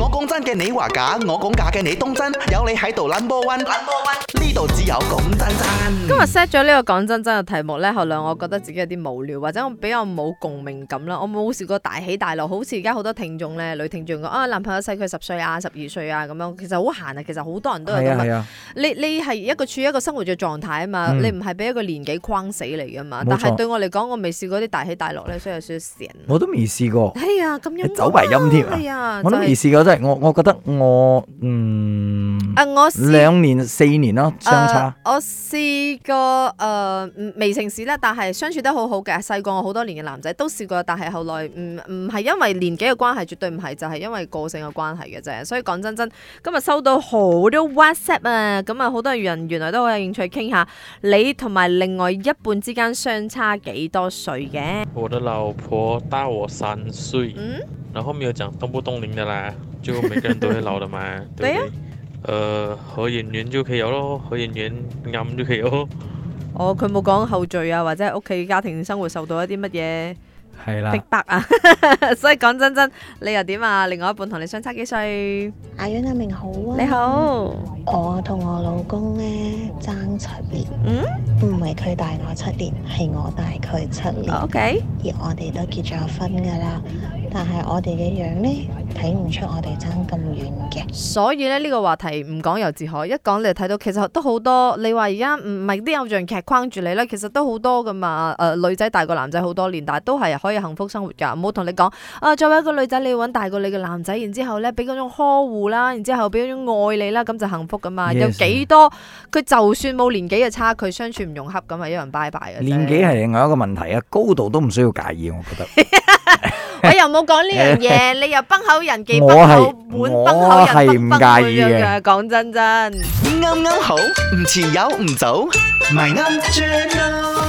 我講真嘅，你話假；我講假嘅，你當真。有你喺度 number one，number one，呢度只有講真真。今日 set 咗呢個講真真嘅題目呢，後來我覺得自己有啲無聊，或者我比較冇共鳴感啦。我冇試過大起大落，好似而家好多聽眾呢，女聽眾講啊，男朋友細佢十歲啊、十二歲啊咁樣，其實好閒啊。其實好多人都有係咁啊問係啊，你你係一個處於一個生活嘅狀態啊嘛，嗯你唔係俾一個年紀框死嚟噶嘛。冇但錯係對我嚟講，我未試過啲大起大落咧，所以有少少蝕。我都未試過，係啊，咁樣走埋音添啊係啊，我都就未係試過，真係我我覺得我嗯啊，我試兩年四年咯相差，呃我試過誒嗯未成事啦，但係相處得好好嘅。細個我好多年嘅男仔都試過，但係後來唔唔係因為年紀嘅關係，絕對唔係，就係、因為個性嘅關係嘅啫。所以講真真，今日收到好多 WhatsApp 啊，咁啊好多人原來都好有興趣傾下你同埋另外一半之間相差幾多歲嘅？我的老婆大我三岁，嗯，然后没有讲动不动龄的啦，就每个人都会老的嘛，对对呀不对？呃，合眼缘就可以了咯，合眼缘啱就可以咯。哦，佢冇講後續啊，或者屋企家庭生活受到一啲乜嘢係啦逼。迫啊， 所以講真真，你又點啊？另外一半同你相差幾歲？阿遠阿明好啊！你，好，我同我老公咧爭七年，嗯，唔係佢大我七年，係我大佢七年， o k 而我哋都結咗婚噶啦。但係我哋嘅樣咧睇唔出我哋爭咁遠嘅。所以咧呢個話題唔講由自可，一講你就睇到其實都好多。你話而家唔係啲偶像劇框住你咧，其實都好多噶嘛。誒、呃女仔大過男仔好多年，但係都係可以幸福生活㗎。唔好同你講啊，作為一個女仔，你要揾大過你嘅男仔，然之後咧俾嗰種呵護啦，然之後俾嗰種愛你啦，咁就幸福㗎嘛。 Yes 有幾多佢就算冇年紀嘅差距，相處唔融洽咁啊，一樣拜拜嘅啫。年紀係另外一個問題啊，高度都唔需要介意，我覺得。 我又冇講呢樣嘢， 你又崩口人忌崩我係口本，崩口人崩崩我係唔介意咁嘅樣講真真。啱啱好，唔遲有唔早，咪啱 channel。